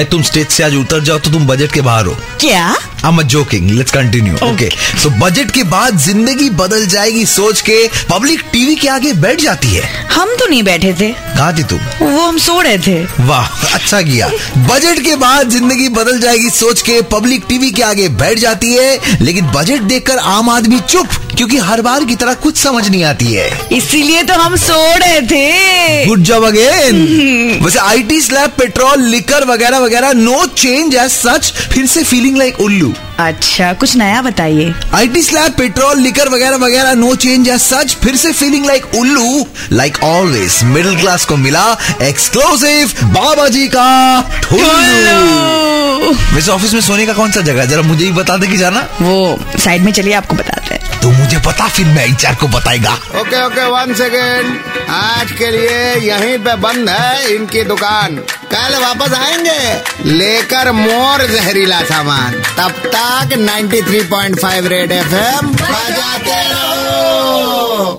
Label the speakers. Speaker 1: ए, तुम स्टेज से आज उतर जाओ तो तुम बजट के बाहर हो
Speaker 2: क्या
Speaker 1: I am joking let's continue okay so budget के बाद जिंदगी बदल जाएगी सोच के पब्लिक टीवी के आगे बैठ जाती है
Speaker 2: हम तो नहीं बैठे थे
Speaker 1: कहा थी तुम
Speaker 2: वो हम सो रहे थे
Speaker 1: वाह अच्छा किया बजट के बाद जिंदगी बदल जाएगी सोच के पब्लिक टीवी के आगे बैठ जाती है लेकिन बजट देखकर आम आदमी चुप क्योंकि हर बार की तरह कुछ समझ नहीं आती है
Speaker 2: इसीलिए तो हम सो रहे थे
Speaker 1: गुड जॉब अगेन वैसे आईटी स्लैब पेट्रोल लिकर वगैरह वगैरह नो चेंज एज सच फिर से फीलिंग लाइक उल्लू
Speaker 2: अच्छा कुछ नया बताइए
Speaker 1: आईटी स्लैब पेट्रोल लिकर वगैरह वगैरह नो चेंज एज सच फिर से फीलिंग लाइक उल्लू लाइक ऑलवेज मिडिल क्लास को मिला एक्सक्लूसिव बाबा जी का ठुल्लू वैसे ऑफिस में सोने का कौन सा जगह है? जरा मुझे ही बता दे कि जाना
Speaker 2: वो साइड में चलिए आपको बताते हैं
Speaker 1: तो मुझे पता फिर मैं एचआर को बताएगा
Speaker 3: ओके ओके वन सेकेंड आज के लिए यहीं पे बंद है इनकी दुकान कल वापस आएंगे लेकर मोर जहरीला सामान तब तक 93.5 रेड एफ बजाते रहो